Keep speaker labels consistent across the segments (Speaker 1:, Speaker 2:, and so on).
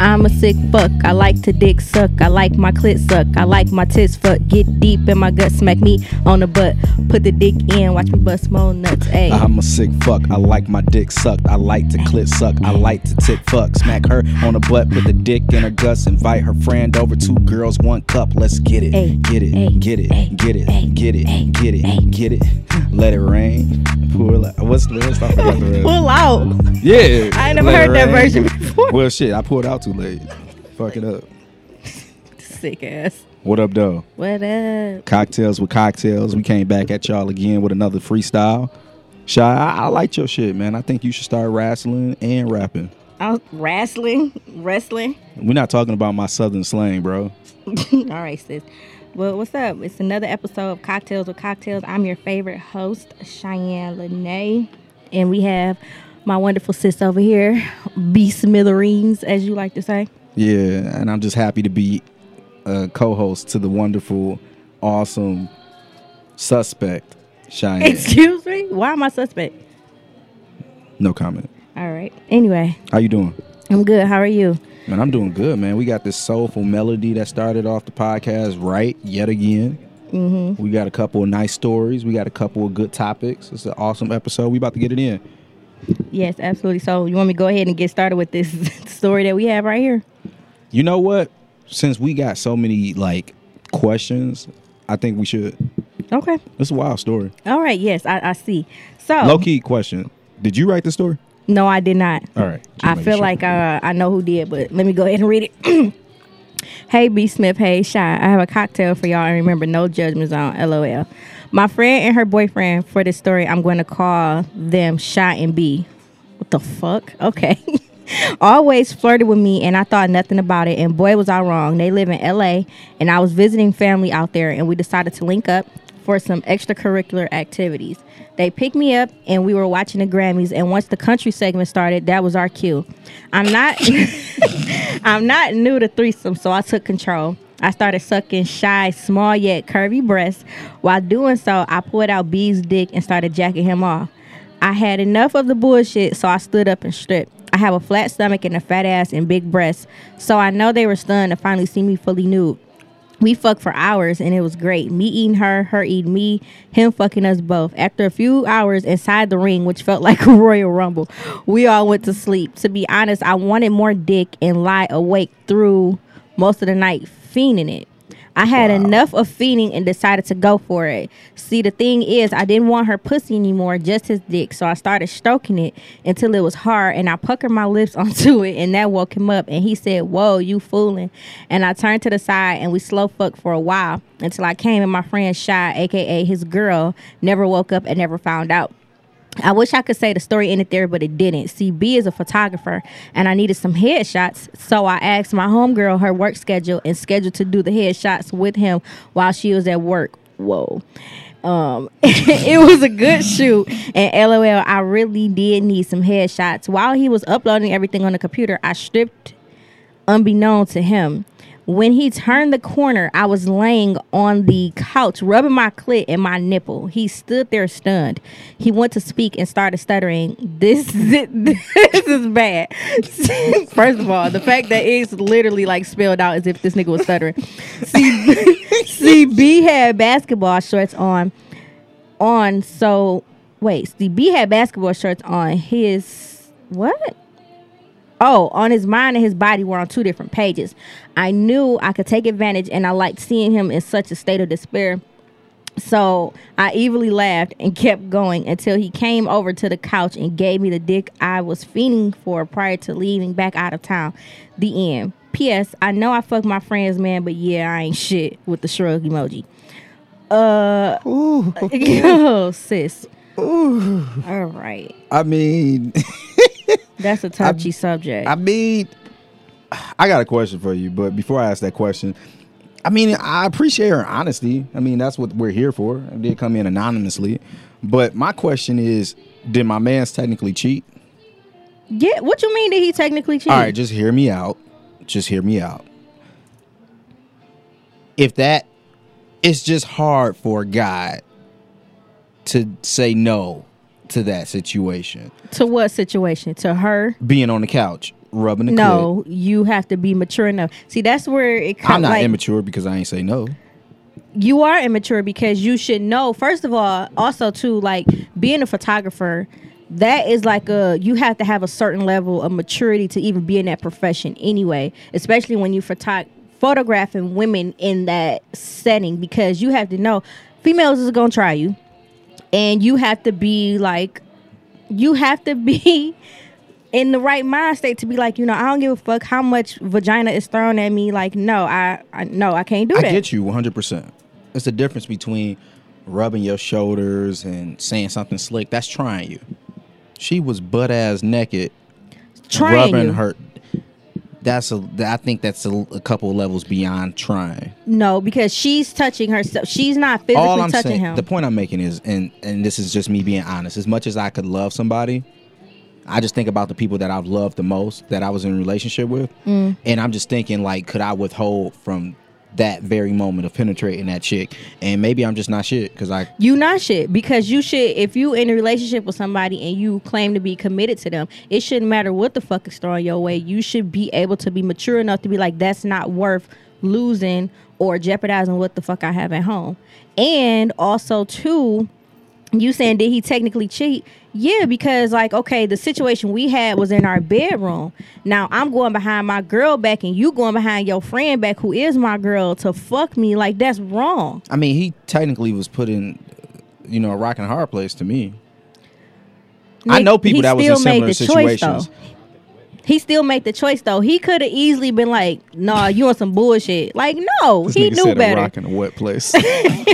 Speaker 1: I'm a sick fuck. I like to dick suck. I like my clit suck. I like my tits fuck. Get deep in my gut, smack me on the butt. Put the dick in, watch me bust more nuts. Ayy.
Speaker 2: I'm a sick fuck. I like my dick sucked. I like to clit suck. I like to tit fuck. Smack her on the butt with the dick in her guts. Invite her friend over. Two girls, one cup. Let's get it.
Speaker 1: Ay,
Speaker 2: Get
Speaker 1: ay,
Speaker 2: it. Get
Speaker 1: ay,
Speaker 2: it. Get it.
Speaker 1: ay,
Speaker 2: Get it.
Speaker 1: ay,
Speaker 2: Get
Speaker 1: ay.
Speaker 2: it. Get it. Let it rain. Pull out. What's the what's the- what's the-
Speaker 1: Pull out.
Speaker 2: Yeah.
Speaker 1: I ain't never
Speaker 2: Let it
Speaker 1: heard that
Speaker 2: rain.
Speaker 1: version before.
Speaker 2: Well, shit. I pulled out too late. Fuck it up.
Speaker 1: Sick ass.
Speaker 2: What up, though?
Speaker 1: What up?
Speaker 2: Cocktails with cocktails. We came back at y'all again with another freestyle. Shy, I, I like your shit, man. I think you should start wrestling and rapping.
Speaker 1: I was wrestling, wrestling.
Speaker 2: We're not talking about my southern slang, bro.
Speaker 1: All right, sis. Well, what's up? It's another episode of Cocktails with Cocktails. I'm your favorite host, Cheyenne Lene, and we have my wonderful sis over here, B Smithereens, as you like to say.
Speaker 2: Yeah, and I'm just happy to be a co-host to the wonderful, awesome suspect, Cheyenne.
Speaker 1: Excuse me. Why am I suspect?
Speaker 2: no comment.
Speaker 1: All right. Anyway,
Speaker 2: How you doing?
Speaker 1: I'm good. How are you?
Speaker 2: Man, I'm doing good, man. We got this soulful melody that started off the podcast right yet again. Mm-hmm. We got a couple of nice stories. We got a couple of good topics. It's an awesome episode. We about to get it in.
Speaker 1: Yes, absolutely. So, you want me to go ahead and get started with this story that we have right here?
Speaker 2: You know what? Since we got so many like questions, I think we should.
Speaker 1: Okay.
Speaker 2: It's a wild story.
Speaker 1: All right. Yes, I, I see. So,
Speaker 2: Low key question. Did you write the story?
Speaker 1: no, I did not.
Speaker 2: All right. Just
Speaker 1: I
Speaker 2: making
Speaker 1: feel
Speaker 2: sure.
Speaker 1: like uh, I know who did, but let me go ahead and read it. hey, B. Smith. Hey, Shy. I have a cocktail for y'all. And remember, no judgment zone. LOL. My friend and her boyfriend, for this story, I'm going to call them Shy and B. What the fuck? Okay. Always flirted with me, and I thought nothing about it. And boy, was I wrong. They live in LA, and I was visiting family out there, and we decided to link up for some extracurricular activities. They picked me up and we were watching the Grammys and once the country segment started, that was our cue. I'm not I'm not new to threesome, so I took control. I started sucking shy, small yet curvy breasts. While doing so, I pulled out B's dick and started jacking him off. I had enough of the bullshit, so I stood up and stripped. I have a flat stomach and a fat ass and big breasts, so I know they were stunned to finally see me fully nude. We fucked for hours and it was great. Me eating her, her eating me, him fucking us both. After a few hours inside the ring, which felt like a Royal Rumble, we all went to sleep. To be honest, I wanted more dick and lie awake through most of the night, fiending it. I had enough of fiending and decided to go for it. See, the thing is, I didn't want her pussy anymore, just his dick. So I started stroking it until it was hard, and I puckered my lips onto it, and that woke him up. And he said, "Whoa, you fooling!" And I turned to the side, and we slow fucked for a while until I came, and my friend Shy, aka his girl, never woke up and never found out. I wish I could say the story ended there, but it didn't. See, B is a photographer, and I needed some headshots, so I asked my homegirl her work schedule and scheduled to do the headshots with him while she was at work. Whoa. Um, it was a good shoot, and LOL, I really did need some headshots. While he was uploading everything on the computer, I stripped unbeknown to him. When he turned the corner, I was laying on the couch, rubbing my clit and my nipple. He stood there stunned. He went to speak and started stuttering. This this is bad. First of all, the fact that it's literally like spelled out as if this nigga was stuttering. CB, CB had basketball shorts on on so wait, CB had basketball shorts on his what? Oh, on his mind and his body were on two different pages. I knew I could take advantage, and I liked seeing him in such a state of despair. So I evilly laughed and kept going until he came over to the couch and gave me the dick I was fiending for prior to leaving back out of town. The end. P.S. I know I fucked my friends, man, but yeah, I ain't shit with the shrug emoji. Uh, yo, sis. All right,
Speaker 2: I mean,
Speaker 1: that's a touchy subject.
Speaker 2: I mean, I got a question for you, but before I ask that question, I mean, I appreciate her honesty. I mean, that's what we're here for. I did come in anonymously, but my question is, did my man's technically cheat?
Speaker 1: yeah, what you mean? Did he technically cheat?
Speaker 2: All right, just hear me out. Just hear me out. If that, it's just hard for a guy to say no to that situation.
Speaker 1: To what situation? To her?
Speaker 2: Being on the couch, rubbing the clit.
Speaker 1: No, you have to be mature enough. See, that's where it
Speaker 2: I'm
Speaker 1: comes.
Speaker 2: not
Speaker 1: Like,
Speaker 2: immature because I ain't say no.
Speaker 1: you are immature because you should know. First of all, also too, like being a photographer, that is like a you have to have a certain level of maturity to even be in that profession anyway. Especially when you photog- photographing women in that setting because you have to know females is gonna try you, and you have to be like, you have to be. in the right mind state to be like, you know, I don't give a fuck how much vagina is thrown at me. Like, no, I, I no, I can't do
Speaker 2: I
Speaker 1: that.
Speaker 2: get you 100%. It's the difference between rubbing your shoulders and saying something slick. That's trying you. She was butt ass naked,
Speaker 1: Trying
Speaker 2: rubbing
Speaker 1: you.
Speaker 2: her. That's a. I think that's a, a couple levels beyond trying.
Speaker 1: No, because she's touching herself. She's not physically
Speaker 2: All I'm
Speaker 1: touching
Speaker 2: saying,
Speaker 1: him.
Speaker 2: the point I'm making is, and and this is just me being honest. As much as I could love somebody, I just think about the people that I've loved the most that I was in a relationship with,
Speaker 1: Mm.
Speaker 2: and I'm just thinking like, could I withhold from that very moment of penetrating that chick? And maybe I'm just not shit because I
Speaker 1: you not shit because you should. If you in a relationship with somebody and you claim to be committed to them, it shouldn't matter what the fuck is thrown your way. You should be able to be mature enough to be like, that's not worth losing or jeopardizing what the fuck I have at home. And also too, you saying did he technically cheat yeah because like okay the situation we had was in our bedroom now i'm going behind my girl back and you going behind your friend back who is my girl to fuck me like that's wrong
Speaker 2: I mean, he technically was put in, you know, a rock and a hard place to me. I
Speaker 1: Nick,
Speaker 2: know people
Speaker 1: he
Speaker 2: that was in
Speaker 1: still made
Speaker 2: similar
Speaker 1: the choice,
Speaker 2: situations.
Speaker 1: though. he still made the choice though he could have easily been like nah you on some bullshit like no he knew better
Speaker 2: in a wet place.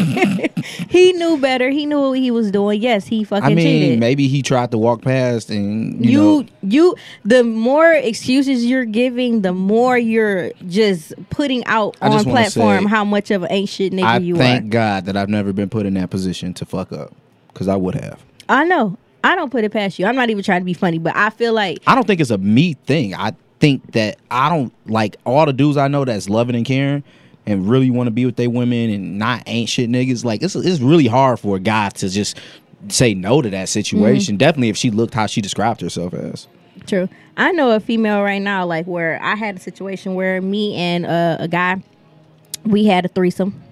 Speaker 1: he knew better he knew what he was doing yes he fucking
Speaker 2: I mean,
Speaker 1: cheated
Speaker 2: maybe he tried to walk past and you,
Speaker 1: you
Speaker 2: know,
Speaker 1: you the more excuses you're giving the more you're just putting out
Speaker 2: I
Speaker 1: on
Speaker 2: just wanna
Speaker 1: platform
Speaker 2: say,
Speaker 1: how much of an ain't shit nigga
Speaker 2: I
Speaker 1: you
Speaker 2: thank
Speaker 1: are
Speaker 2: God that I've never been put in that position to fuck up because I would have.
Speaker 1: i know i don't put it past you i'm not even trying to be funny but i feel like
Speaker 2: I don't think it's a me thing. I think that I don't like all the dudes I know that's loving and caring and really want to be with their women and not ain't shit niggas. Like it's it's really hard for a guy to just say no to
Speaker 1: Mm-hmm.
Speaker 2: that situation. Definitely if she looked how she described herself as.
Speaker 1: True. I know a female right now, like where I had a situation where me and uh, a guy, we had a threesome,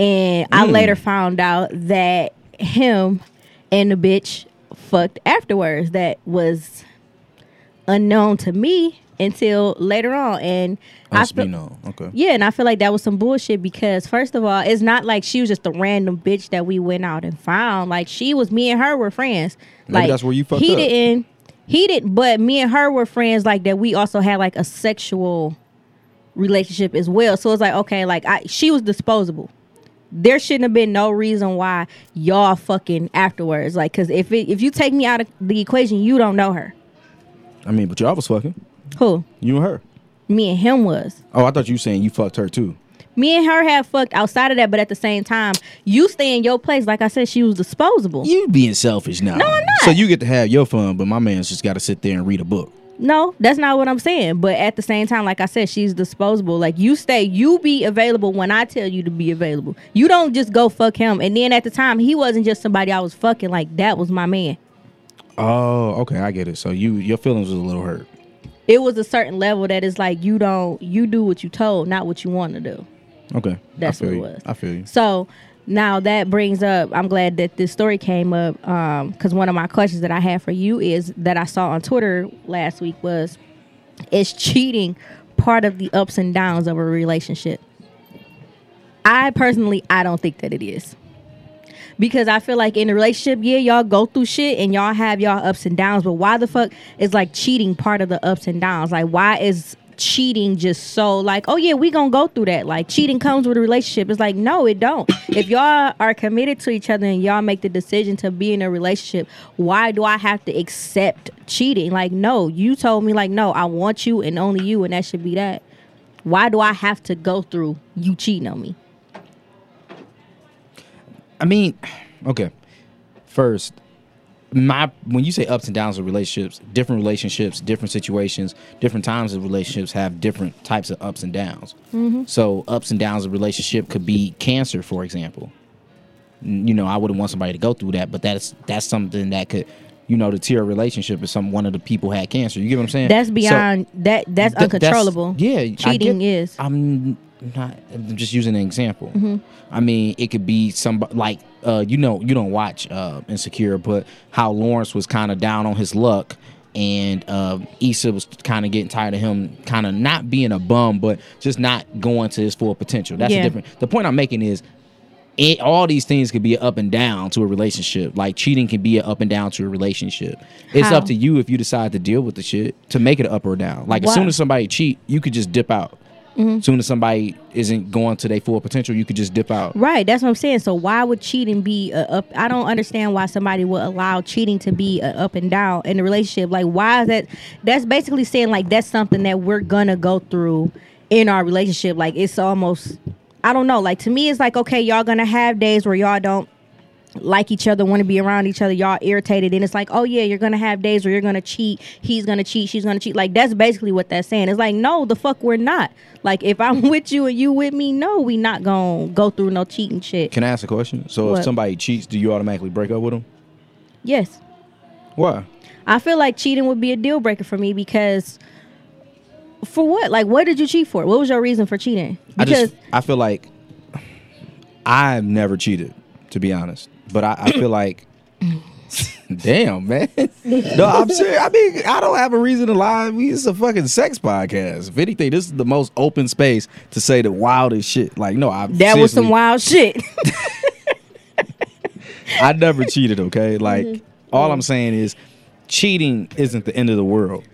Speaker 1: and I later found out that him and the bitch fucked afterwards. That was unknown to me until later on, and I
Speaker 2: Must be
Speaker 1: feel,
Speaker 2: known. Okay.
Speaker 1: yeah, and I feel like that was some bullshit because first of all, it's not like she was just a random bitch that we went out and found. Like she was me and her were friends.
Speaker 2: Maybe
Speaker 1: like
Speaker 2: that's where you fucked
Speaker 1: he
Speaker 2: up.
Speaker 1: didn't he didn't but me and her were friends like that we also had like a sexual relationship as well. So it's like okay, like I she was disposable. There shouldn't have been no reason why y'all fucking afterwards. Like cause if it, if you take me out of the equation, you don't know her.
Speaker 2: I mean, but y'all was fucking.
Speaker 1: Who?
Speaker 2: You and her.
Speaker 1: Me and him was.
Speaker 2: Oh, I thought you were saying you fucked her too.
Speaker 1: Me and her had fucked outside of that, but at the same time, you stay in your place. Like I said, she was disposable.
Speaker 2: You being selfish now. No, I'm
Speaker 1: not.
Speaker 2: So you get to have your fun, but my man's just got to sit there and read a book.
Speaker 1: No, that's not what I'm saying. But at the same time, like I said, she's disposable. Like you stay, you be available when I tell you to be available. You don't just go fuck him. And then at the time, he wasn't just somebody I was fucking. Like that was my man.
Speaker 2: Oh, okay, I get it. So you your feelings was a little hurt.
Speaker 1: It was a certain level that is like you don't you do what you told, not what you want to do.
Speaker 2: Okay,
Speaker 1: That's
Speaker 2: I feel
Speaker 1: what it
Speaker 2: you.
Speaker 1: was.
Speaker 2: I feel you.
Speaker 1: So now that brings up. I'm glad that this story came up because one of my questions that I had for you is that I saw on Twitter last week was, is cheating part of the ups and downs of a relationship? I personally, I don't think that it is. Because I feel like in a relationship, yeah, y'all go through shit and y'all have y'all ups and downs, but why the fuck is like cheating part of the ups and downs? Like, why is cheating just so like, oh yeah, we gonna go through that? Like, cheating comes with a relationship. It's like, no, it don't. if y'all are committed to each other and y'all make the decision to be in a relationship, why do I have to accept cheating? Like, no, you told me, like, no, I want you and only you, and that should be that. Why do I have to go through you cheating on me?
Speaker 2: I mean, okay. First, my when you say ups and downs of relationships, different relationships, different situations, different times of relationships have different types of ups and downs.
Speaker 1: Mm-hmm.
Speaker 2: So ups and downs of relationship could be cancer, for example. N- You know, I wouldn't want somebody to go through that, but that's that's something that could you know, to tear a relationship if some one of the people had cancer. You get what I'm saying?
Speaker 1: That's
Speaker 2: So-
Speaker 1: beyond that. That's
Speaker 2: Th- that's-
Speaker 1: uncontrollable.
Speaker 2: yeah,
Speaker 1: cheating
Speaker 2: I get-
Speaker 1: is. Mm-hmm.
Speaker 2: I'm not. I'm just using an example. I mean, it could be somebody like uh, you know you don't watch uh, Insecure, but how Lawrence was kind of down on his luck. And uh, Issa was kind of getting tired of him, kind of not being a bum, but just not going to his full potential. That's
Speaker 1: Yeah.
Speaker 2: a different. The point I'm making is, it, all these things could be an up and down to a relationship. Like cheating can be an up and down to a relationship. It's
Speaker 1: How?
Speaker 2: up to you if you decide to deal with the shit to make it up or down. Like as soon
Speaker 1: Why?
Speaker 2: as somebody cheat, you could just dip out.
Speaker 1: Mm-hmm.
Speaker 2: As soon as somebody isn't going to their full potential, you could just dip out.
Speaker 1: Right, that's what I'm saying. So why would cheating be a up? I don't understand why somebody would allow cheating to be a up and down in the relationship. Like why is that? That's basically saying like that's something that we're gonna go through in our relationship. Like it's almost, I don't know. Like to me, it's like okay, y'all gonna have days where y'all don't like each other, want to be around each other, y'all irritated, and it's like, oh yeah, you're gonna have days where you're gonna cheat, he's gonna cheat, she's gonna cheat. Like that's basically what that's saying. It's like, no, the fuck we're not. Like if I'm with you and you with me, no, we not gonna go through no cheating shit.
Speaker 2: Can I ask a question? So
Speaker 1: What?
Speaker 2: if somebody cheats, do you automatically break up with them?
Speaker 1: yes,
Speaker 2: Why?
Speaker 1: I feel like cheating would be a deal breaker for me because for what? Like, what did you cheat for? What was your reason for cheating?
Speaker 2: I
Speaker 1: Because
Speaker 2: just I feel like I've never cheated, to be honest. But I, I feel like damn man. no, I'm serious. I mean, I don't have a reason to lie. We it's a fucking sex podcast. If anything, this is the most open space to say the wildest shit. Like, no, I
Speaker 1: that was some
Speaker 2: seriously-
Speaker 1: wild shit.
Speaker 2: I never cheated, okay? Like all I'm saying is cheating isn't the end of the world,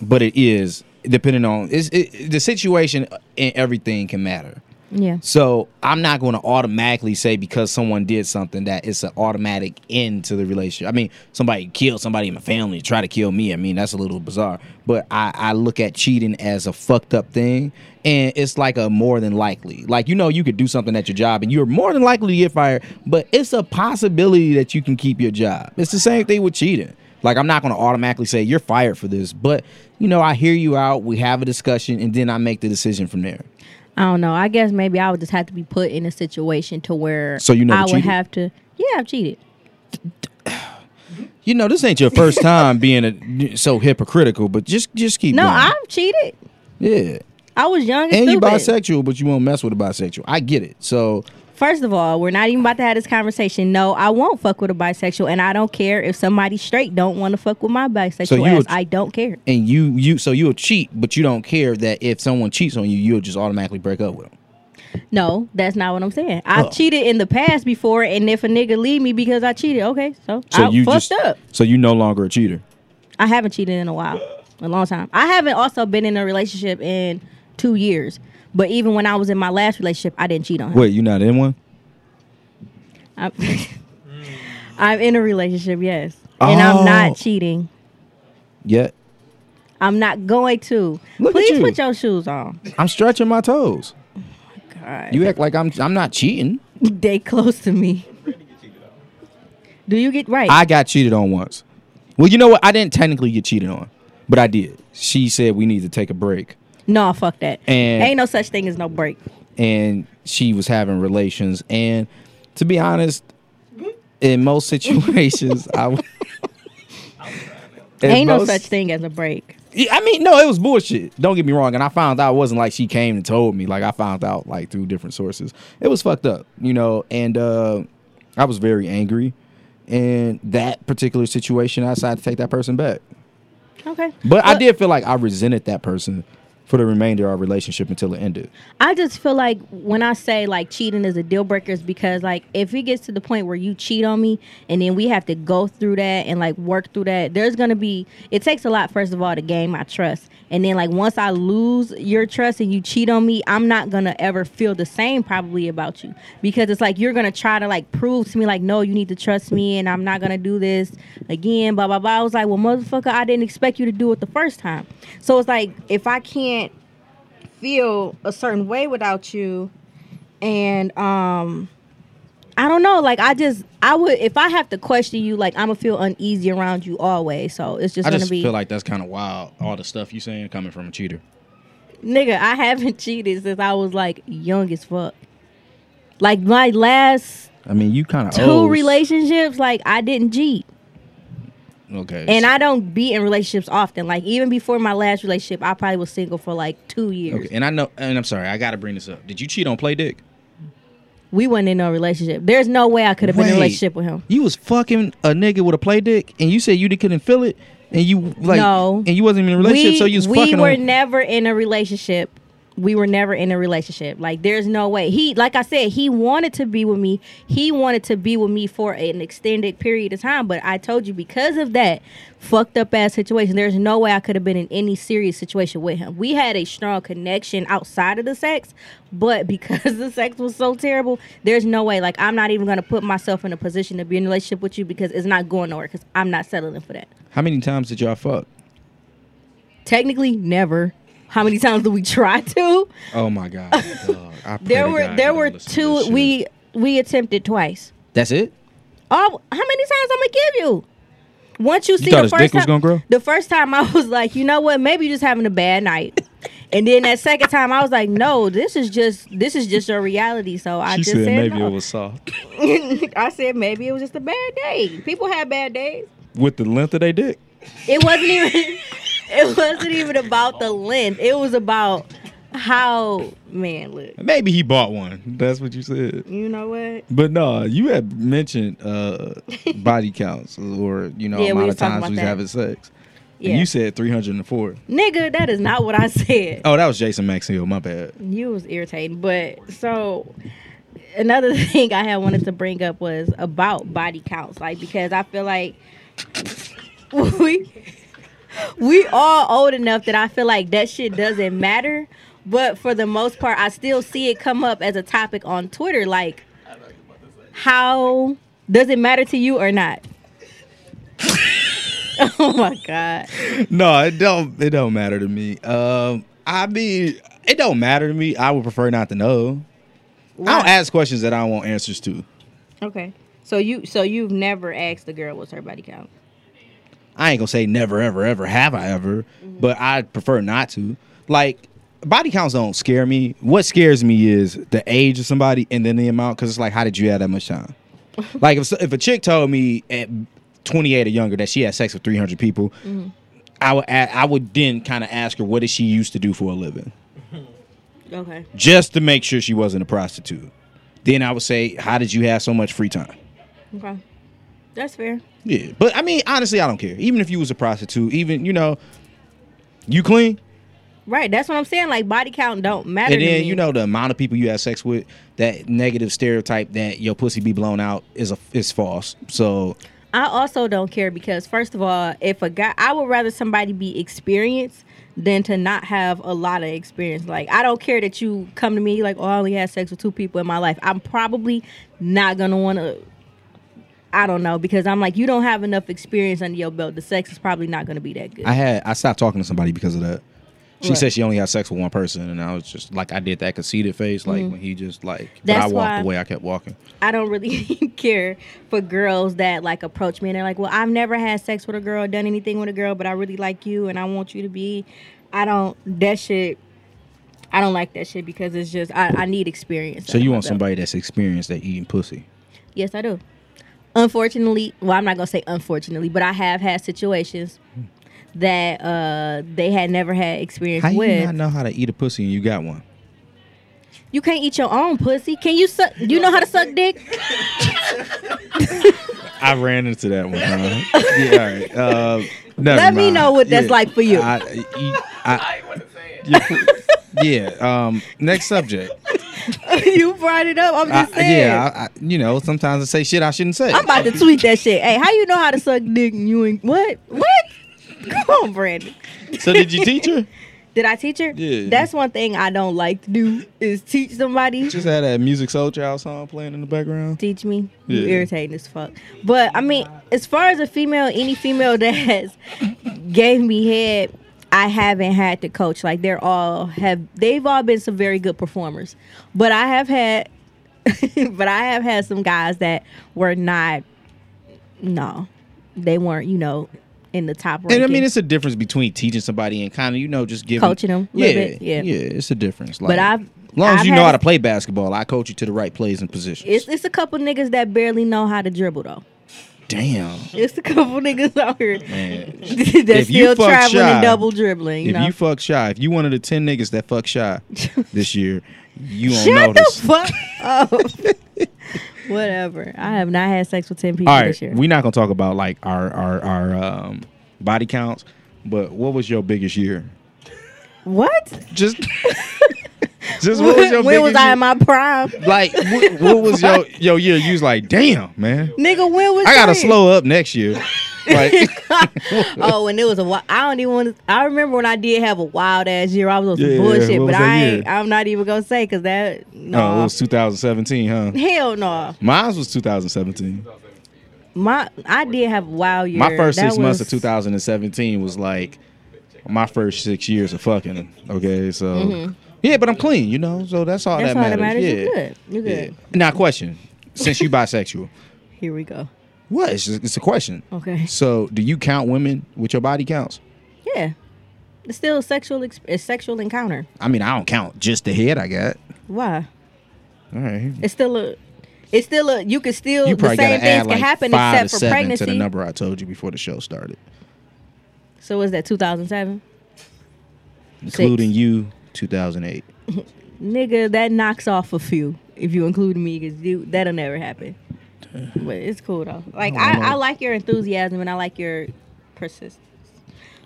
Speaker 2: but it is depending on it's, it, the situation and everything can matter.
Speaker 1: yeah.
Speaker 2: So I'm not going to automatically say because someone did something that it's an automatic end to the relationship. I mean, somebody killed somebody in my family, try to kill me. I mean, that's a little bizarre. But I, I look at cheating as a fucked up thing, and it's like a more than likely. Like you know, you could do something at your job, and you're more than likely to get fired. But it's a possibility that you can keep your job. It's the same thing with cheating. Like I'm not going to automatically say you're fired for this, but you know, I hear you out. We have a discussion, and then I make the decision from there.
Speaker 1: I don't know. I guess maybe I would just have to be put in a situation to where
Speaker 2: So you never
Speaker 1: I would
Speaker 2: cheated?
Speaker 1: have to. Yeah, I've cheated.
Speaker 2: You know, this ain't your first time being a, so hypocritical, but just just keep.
Speaker 1: No,
Speaker 2: going.
Speaker 1: I've cheated.
Speaker 2: yeah.
Speaker 1: I was young and,
Speaker 2: And you
Speaker 1: stupid.
Speaker 2: bisexual, but you won't mess with a bisexual. I get it. So
Speaker 1: First of all, we're not even about to have this conversation. No, I won't fuck with a bisexual, and I don't care if somebody straight don't want to fuck with my bisexual
Speaker 2: So you
Speaker 1: ass.
Speaker 2: would-
Speaker 1: I don't care.
Speaker 2: and you you so you'll cheat, but you don't care that if someone cheats on you, you'll just automatically break up with them.
Speaker 1: No, that's not what I'm saying. I've
Speaker 2: Oh.
Speaker 1: cheated in the past before, and if a nigga leave me because I cheated, okay, so,
Speaker 2: So
Speaker 1: I
Speaker 2: you
Speaker 1: fucked
Speaker 2: just
Speaker 1: up.
Speaker 2: so you no longer a cheater.
Speaker 1: I haven't cheated in a while, a long time. I haven't also been in a relationship in two years. But even when I was in my last relationship, I didn't cheat on him.
Speaker 2: Wait, you not in one?
Speaker 1: I'm, I'm in a relationship, yes, and I'm
Speaker 2: Oh.
Speaker 1: not cheating.
Speaker 2: Yet
Speaker 1: I'm not going to.
Speaker 2: Look at
Speaker 1: Please
Speaker 2: you.
Speaker 1: put your shoes on.
Speaker 2: I'm stretching my toes.
Speaker 1: God,
Speaker 2: You act like I'm I'm not cheating.
Speaker 1: they close to me. Do you get right?
Speaker 2: I got cheated on once. Well, you know what? I didn't technically get cheated on, but I did. She said we need to take a break.
Speaker 1: no, fuck that.
Speaker 2: And-
Speaker 1: Ain't no such thing as no break.
Speaker 2: and she was having relations. And to be honest, in most situations, I would.
Speaker 1: Ain't no such thing as a break.
Speaker 2: Yeah, I mean, no, it was bullshit. Don't get me wrong. And I found out it wasn't like she came and told me. Like I found out like through different sources. It was fucked up, you know. And uh, I was very angry. And that particular situation, I decided to take that person back.
Speaker 1: Okay.
Speaker 2: But I did feel like I resented that person for the remainder of our relationship until it ended.
Speaker 1: I just feel like when I say like cheating is a deal breaker is because like if it gets to the point where you cheat on me and then we have to go through that and like work through that, there's gonna be it takes a lot first of all to gain my trust. And then like once I lose your trust and you cheat on me, I'm not gonna ever feel the same probably about you. Because it's like you're gonna try to like prove to me like no, you need to trust me and I'm not gonna do this again, blah blah blah. I was like, Well motherfucker, I didn't expect you to do it the first time. So it's like if I can't feel a certain way without you and um i don't know like i just i would if i have to question you like i'm gonna feel uneasy around you always so it's just
Speaker 2: I
Speaker 1: gonna
Speaker 2: just
Speaker 1: be
Speaker 2: feel like that's kind of wild. All the stuff you saying coming from a cheater.
Speaker 1: nigga i haven't cheated since i was like young as fuck like my last
Speaker 2: I mean, you kind of
Speaker 1: two relationships like i didn't cheat
Speaker 2: Okay.
Speaker 1: And I don't be in relationships often. Like even before my last relationship, I probably was single for like two years.
Speaker 2: okay. And I know. And I'm sorry. I got to bring this up. Did you cheat on Play Dick?
Speaker 1: We wasn't in no relationship. There's no way I could have been in a
Speaker 2: Wait.
Speaker 1: relationship with him.
Speaker 2: You was fucking a nigga with a Play Dick, and you said you didn't- couldn't feel it, and you like
Speaker 1: No.
Speaker 2: and you wasn't even in a relationship,
Speaker 1: we,
Speaker 2: so you was
Speaker 1: we
Speaker 2: fucking.
Speaker 1: were
Speaker 2: on,
Speaker 1: never in a relationship. We were never in a relationship. Like there's no way. He like I said, he wanted to be with me. He wanted to be with me for an extended period of time. But I told you because of that fucked up ass situation, there's no way I could have been in any serious situation with him. We had a strong connection outside of the sex, but because the sex was so terrible, there's no way. Like I'm not even gonna put myself in a position to be in a relationship with you because it's not going nowhere because I'm not settling for that.
Speaker 2: how many times did y'all fuck?
Speaker 1: Technically, never. How many times did we try to?
Speaker 2: Oh my god. dog. I pray
Speaker 1: There
Speaker 2: to
Speaker 1: were
Speaker 2: God you
Speaker 1: there
Speaker 2: don't
Speaker 1: were
Speaker 2: listen to this
Speaker 1: two.
Speaker 2: shit.
Speaker 1: We we attempted twice.
Speaker 2: That's it.
Speaker 1: Oh, how many times I'm gonna give you? Once you see
Speaker 2: thought
Speaker 1: the
Speaker 2: his
Speaker 1: first
Speaker 2: dick
Speaker 1: time,
Speaker 2: was gonna grow?
Speaker 1: the first time I was like, you know what? Maybe you're just having a bad night. And then that second time, I was like, "No, this is just this is just your reality." So I just said, no.
Speaker 2: was soft
Speaker 1: I said maybe it was just a bad day. People have bad days.
Speaker 2: with the length of their dick.
Speaker 1: It wasn't even. it wasn't even about the length. It was about how man look.
Speaker 2: Maybe he bought one. That's what you said.
Speaker 1: You know what?
Speaker 2: But no, you had mentioned uh, body counts or you know
Speaker 1: Yeah, we
Speaker 2: amount
Speaker 1: was
Speaker 2: of
Speaker 1: talking
Speaker 2: times
Speaker 1: about
Speaker 2: we was
Speaker 1: that.
Speaker 2: having sex.
Speaker 1: Yeah.
Speaker 2: And you said 304.
Speaker 1: Nigga, that is not what I said.
Speaker 2: Oh, that was Jason Maxwell. My bad.
Speaker 1: You was irritating, but so another thing I had wanted to bring up was about body counts, like because I feel like we we all old enough that I feel like that shit doesn't matter, but for the most part, I still see it come up as a topic on Twitter, like how does it matter to you or not? oh my god.
Speaker 2: No, it don't. It don't matter to me. Um, I mean, it don't matter to me. I would prefer not to know. I don't ask questions that I don't want answers to.
Speaker 1: Okay. So you so you've never asked the girl what's her body count.
Speaker 2: I ain't gonna say never, ever, ever have I ever, but I prefer not to. Like body counts don't scare me. What scares me is the age of somebody and then the amount. Because it's like, how did you have that much time? like if if a chick told me at 28 or younger that she had sex with 300 people, I would a- I would then kind of ask her what did she used to do for a living,
Speaker 1: Okay.
Speaker 2: just to make sure she wasn't a prostitute. Then I would say, how did you have so much free time?
Speaker 1: Okay. That's fair.
Speaker 2: Yeah, but I mean, honestly, I don't care. Even if you was a prostitute, even you know, you clean,
Speaker 1: Right. That's what I'm saying. Like body count don't matter.
Speaker 2: and
Speaker 1: to
Speaker 2: then
Speaker 1: me.
Speaker 2: you know the amount of people you have sex with. That negative stereotype that your pussy be blown out is a is false. So
Speaker 1: I also don't care because first of all, if a guy I would rather somebody be experienced than to not have a lot of experience. Like I don't care that you come to me like, oh, I only had sex with two people in my life. I'm probably not gonna wanna I don't know, because I'm like, you don't have enough experience under your belt. The sex is probably not gonna be that good.
Speaker 2: I had I stopped talking to somebody because of that. She
Speaker 1: Right.
Speaker 2: said she only had sex with one person, and I was just like I did that conceited face, like when he just like. But
Speaker 1: Mm-hmm.
Speaker 2: I
Speaker 1: That's
Speaker 2: walked
Speaker 1: why-
Speaker 2: away. I kept walking.
Speaker 1: I don't really care for girls that like approach me and they're like, "Well, I've never had sex with a girl, done anything with a girl, but I really like you and I want you to be." I don't that shit. I don't like that shit because it's just I, I need experience.
Speaker 2: So you want
Speaker 1: under my belt.
Speaker 2: somebody that's experienced at eating pussy?
Speaker 1: Yes, I do. Unfortunately, well, I'm not gonna say unfortunately, but I have had situations that uh they had never had experience
Speaker 2: How you
Speaker 1: with.
Speaker 2: not know how to eat a pussy and you got one?
Speaker 1: You can't eat your own pussy. Can you suck? Do you know how to suck dick?
Speaker 2: I ran into that one. Huh? yeah, all right. Uh, never
Speaker 1: Let me
Speaker 2: mind.
Speaker 1: know what that's
Speaker 2: Yeah.
Speaker 1: like for you.
Speaker 2: I, I- I- yeah. Um. Next subject.
Speaker 1: you brought it up. I'm
Speaker 2: I,
Speaker 1: just saying.
Speaker 2: yeah. I, I, you know, sometimes I say shit I shouldn't say.
Speaker 1: I'm about to tweet that shit. Hey, how you know how to suck dick and you ain't what? What? Come on, Brandon.
Speaker 2: so did you teach her?
Speaker 1: Did I teach her?
Speaker 2: Yeah.
Speaker 1: That's one thing I don't like to do is teach somebody.
Speaker 2: Just had that music soul child song playing in the background.
Speaker 1: teach me. You
Speaker 2: Yeah.
Speaker 1: irritating as fuck. But I mean, as far as a female, any female that has gave me head, I haven't had to coach. Like they're all have they've all been some very good performers. But I have had but I have had some guys that were not no. They weren't, you know, in the top ranking.
Speaker 2: And I mean, it's a difference between teaching somebody and kind of, you know, just giving
Speaker 1: Coaching 'em a
Speaker 2: Yeah,
Speaker 1: little bit, yeah.
Speaker 2: It's a difference. Like,
Speaker 1: But I've-
Speaker 2: as long as
Speaker 1: I've
Speaker 2: you know
Speaker 1: had-
Speaker 2: how to play basketball, I coach you to the right plays and positions.
Speaker 1: it's it's a couple niggas that barely know how to dribble though.
Speaker 2: Damn.
Speaker 1: It's a couple niggas out here
Speaker 2: Man.
Speaker 1: that's
Speaker 2: If you
Speaker 1: still
Speaker 2: fuck
Speaker 1: traveling
Speaker 2: shy,
Speaker 1: and double dribbling. You
Speaker 2: if
Speaker 1: know,
Speaker 2: you fuck shy, if you one of the ten niggas that fuck shy this year, you don't
Speaker 1: shut
Speaker 2: notice.
Speaker 1: the fuck up. Whatever. I have not had sex with ten people
Speaker 2: All right,
Speaker 1: this year.
Speaker 2: we're not gonna talk about like our our our um, body counts, but what was your biggest year?
Speaker 1: what?
Speaker 2: Just, just what was your
Speaker 1: When, when
Speaker 2: biggest
Speaker 1: was I
Speaker 2: year?
Speaker 1: in my prime,
Speaker 2: like what, what was your your year? You was like, damn, man,
Speaker 1: nigga? When was
Speaker 2: I gotta
Speaker 1: yours?
Speaker 2: slow up next year. Like,
Speaker 1: oh, and it was a wild. I don't even want to. I remember when I did have a wild ass year. I was on some
Speaker 2: Yeah,
Speaker 1: bullshit, but
Speaker 2: what was that
Speaker 1: I
Speaker 2: year?
Speaker 1: ain't, I'm not even gonna say because that
Speaker 2: no,
Speaker 1: no
Speaker 2: it was 2017, huh?
Speaker 1: hell no.
Speaker 2: Mine was 2017.
Speaker 1: My I did have a wild year.
Speaker 2: My first
Speaker 1: That
Speaker 2: six months of
Speaker 1: was-
Speaker 2: 2017 was like my first six years of fucking. Okay, so yeah, but I'm clean, you know. So that's all
Speaker 1: Mm-hmm. That's
Speaker 2: that
Speaker 1: all that
Speaker 2: matters.
Speaker 1: matters. You
Speaker 2: Yeah.
Speaker 1: good? You
Speaker 2: Yeah.
Speaker 1: good?
Speaker 2: Now, question: Since you bisexual,
Speaker 1: Here we go.
Speaker 2: what? It's, just- it's a question.
Speaker 1: Okay.
Speaker 2: So, do you count women with your body counts?
Speaker 1: Yeah. It's still a sexual ex- a sexual encounter.
Speaker 2: I mean, I don't count just the head I got.
Speaker 1: Why?
Speaker 2: All right.
Speaker 1: It's still a. It's still a. You can still
Speaker 2: You
Speaker 1: the
Speaker 2: probably got
Speaker 1: same
Speaker 2: to
Speaker 1: things
Speaker 2: add
Speaker 1: can
Speaker 2: like
Speaker 1: happen
Speaker 2: five to
Speaker 1: except for
Speaker 2: seven
Speaker 1: pregnancy.
Speaker 2: to the number I told you before the show started,
Speaker 1: So was that 2007?
Speaker 2: including you, 2008.
Speaker 1: Nigga, that knocks off a few if you include me because that'll never happen. But it's cool though. Like
Speaker 2: I don't
Speaker 1: I, I
Speaker 2: know.
Speaker 1: like your enthusiasm and I like your persistence.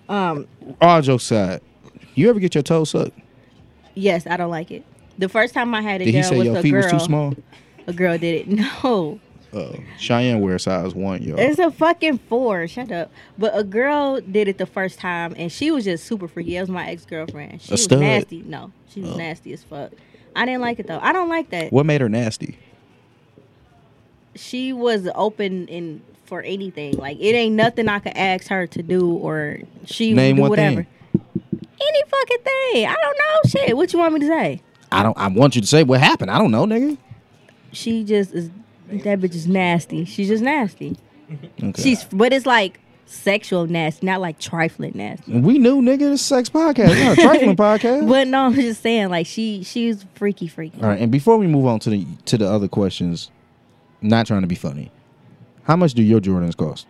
Speaker 1: Um,
Speaker 2: All jokes aside, you ever get your toes sucked?
Speaker 1: yes, I don't like it. The first time I had it
Speaker 2: Did he
Speaker 1: done
Speaker 2: say
Speaker 1: was
Speaker 2: your
Speaker 1: a
Speaker 2: feet
Speaker 1: girl.
Speaker 2: was too small?
Speaker 1: A girl did it. No,
Speaker 2: Oh, Cheyenne wear size one, yo.
Speaker 1: It's a fucking four. Shut up. But a girl did it the first time, and she was just super freaky. It was my ex girlfriend. She was
Speaker 2: stud. Oh.
Speaker 1: nasty. No, she was nasty as fuck. I didn't like it though. I don't like that.
Speaker 2: What made her nasty?
Speaker 1: She was open in for anything. Like it ain't nothing I could ask her to do, or she would
Speaker 2: Name
Speaker 1: do
Speaker 2: one
Speaker 1: whatever.
Speaker 2: thing.
Speaker 1: Any fucking thing. I don't know shit. What you want me to say?
Speaker 2: I don't. I want you to say what happened. I don't know, nigga.
Speaker 1: She just is. That bitch is nasty. She's just nasty.
Speaker 2: Okay.
Speaker 1: She's but it's like sexual nasty, not like trifling nasty.
Speaker 2: we knew, nigga. This is a sex podcast, It's not a trifling podcast.
Speaker 1: But no, I'm just saying, like she she's freaky freaky.
Speaker 2: All right. And before we move on to the to the other questions, not trying to be funny. How much do your Jordans cost?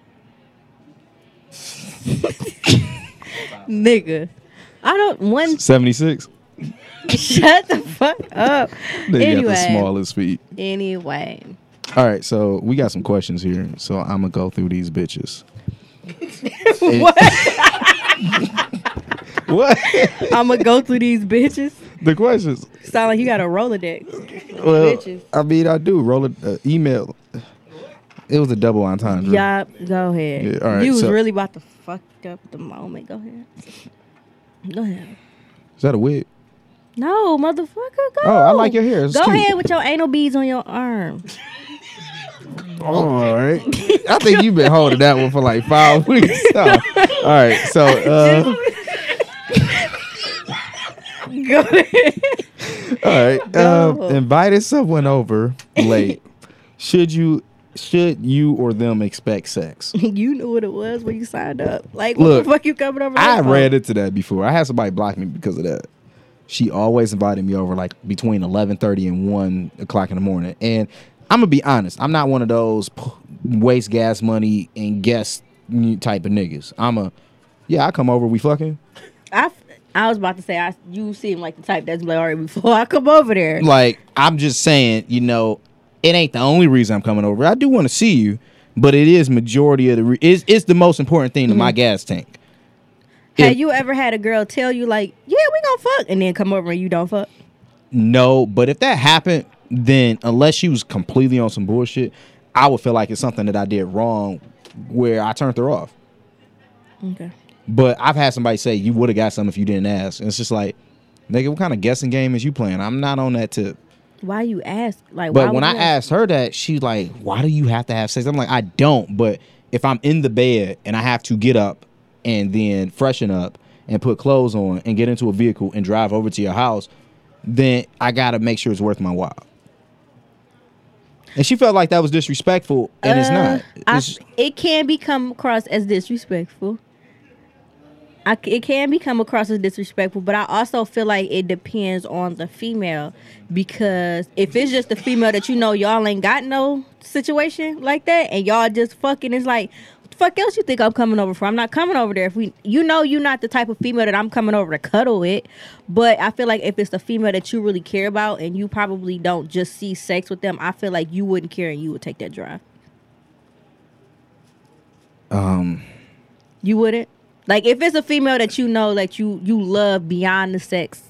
Speaker 1: Nigga. I don't one
Speaker 2: Seventy six.
Speaker 1: shut the fuck up.
Speaker 2: They got the
Speaker 1: Anyway.
Speaker 2: smallest feet.
Speaker 1: Anyway.
Speaker 2: All right. So we got some questions here. So I'm gonna go through these bitches. what?
Speaker 1: I'ma go through these bitches.
Speaker 2: the questions?
Speaker 1: Sound like you got a Rolodex.
Speaker 2: Mm-hmm. Well,
Speaker 1: Bitches.
Speaker 2: I mean, I do roll an uh, email. It was a double entendre.
Speaker 1: Yeah, go ahead.
Speaker 2: Yeah, all right,
Speaker 1: you was
Speaker 2: so-
Speaker 1: really about to fuck up the moment. Go ahead. Go ahead.
Speaker 2: Is that a wig?
Speaker 1: No, motherfucker, go.
Speaker 2: Oh, I like your hair. It's
Speaker 1: go
Speaker 2: cute.
Speaker 1: ahead with your anal beads on your arm.
Speaker 2: Oh, all right. I think you've been holding that one for like five weeks. So, all right. So, uh,
Speaker 1: Go ahead.
Speaker 2: all right. Um,
Speaker 1: No.
Speaker 2: invited someone over late. Should you, should you or them expect sex?
Speaker 1: you knew what it was when you signed up. Like,
Speaker 2: Look,
Speaker 1: what the fuck you coming over?
Speaker 2: I
Speaker 1: here for?
Speaker 2: ran into that before. I had somebody block me because of that. She always invited me over like between eleven thirty and one o'clock in the morning. And I'm gonna be honest, I'm not one of those p- waste gas money and guest type of niggas. I'm a yeah, I come over, we fucking.
Speaker 1: I, I was about to say, I you seem like the type that's like, all right, before I come over there,
Speaker 2: Like I'm just saying, you know, it ain't the only reason I'm coming over. I do want to see you, but it is majority of the re- it's, it's the most important thing to my gas tank.
Speaker 1: have
Speaker 2: if-
Speaker 1: you ever had a girl tell you like, yeah, we gonna fuck, and then come over and you don't fuck?
Speaker 2: No, but if that happened, then unless she was completely on some bullshit, I would feel like it's something that I did wrong where I turned her off.
Speaker 1: Okay.
Speaker 2: But I've had somebody say you would have got something if you didn't ask. And it's just like, nigga, what kind of guessing game is you playing? I'm not on that tip.
Speaker 1: Why you ask? Like, why
Speaker 2: But when
Speaker 1: would
Speaker 2: I
Speaker 1: you ask?
Speaker 2: asked her that, she's like, why do you have to have sex? I'm like, I don't. But if I'm in the bed and I have to get up and then freshen up and put clothes on and get into a vehicle and drive over to your house, then I got to make sure it's worth my while. And she felt like that was disrespectful, and it's
Speaker 1: Uh,
Speaker 2: not.
Speaker 1: I-
Speaker 2: It's-
Speaker 1: it can become across as disrespectful. I c it can be come across as disrespectful, but I also feel like it depends on the female because if it's just the female that you know y'all ain't got no situation like that and y'all just fucking, it's like, what the fuck else you think I'm coming over for? I'm not coming over there. If we, you know, you're not the type of female that I'm coming over to cuddle with, but I feel like if it's the female that you really care about and you probably don't just see sex with them, I feel like you wouldn't care and you would take that drive.
Speaker 2: Um,
Speaker 1: You wouldn't? Like if it's a female that you know that you you love beyond the sex,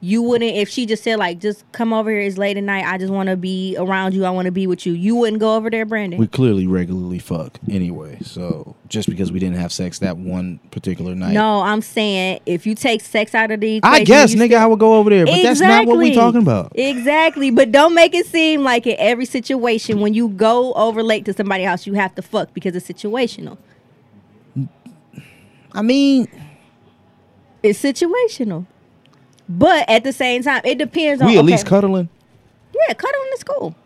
Speaker 1: you wouldn't if she just said like just come over here it's late at night, I just want to be around you, I want to be with you. You wouldn't go over there, Brandon.
Speaker 2: we clearly regularly fuck anyway. So just because we didn't have sex that one particular night,
Speaker 1: no, I'm saying if you take sex out of the equation,
Speaker 2: I guess,
Speaker 1: you
Speaker 2: nigga, I would go over there, but
Speaker 1: exactly.
Speaker 2: that's not what we're talking about.
Speaker 1: Exactly, but don't make it seem like in every situation when you go over late to somebody's house, you have to fuck because it's situational.
Speaker 2: I mean,
Speaker 1: It's situational, but at the same time, it depends on.
Speaker 2: we at
Speaker 1: okay,
Speaker 2: least cuddling.
Speaker 1: yeah, cut on the school.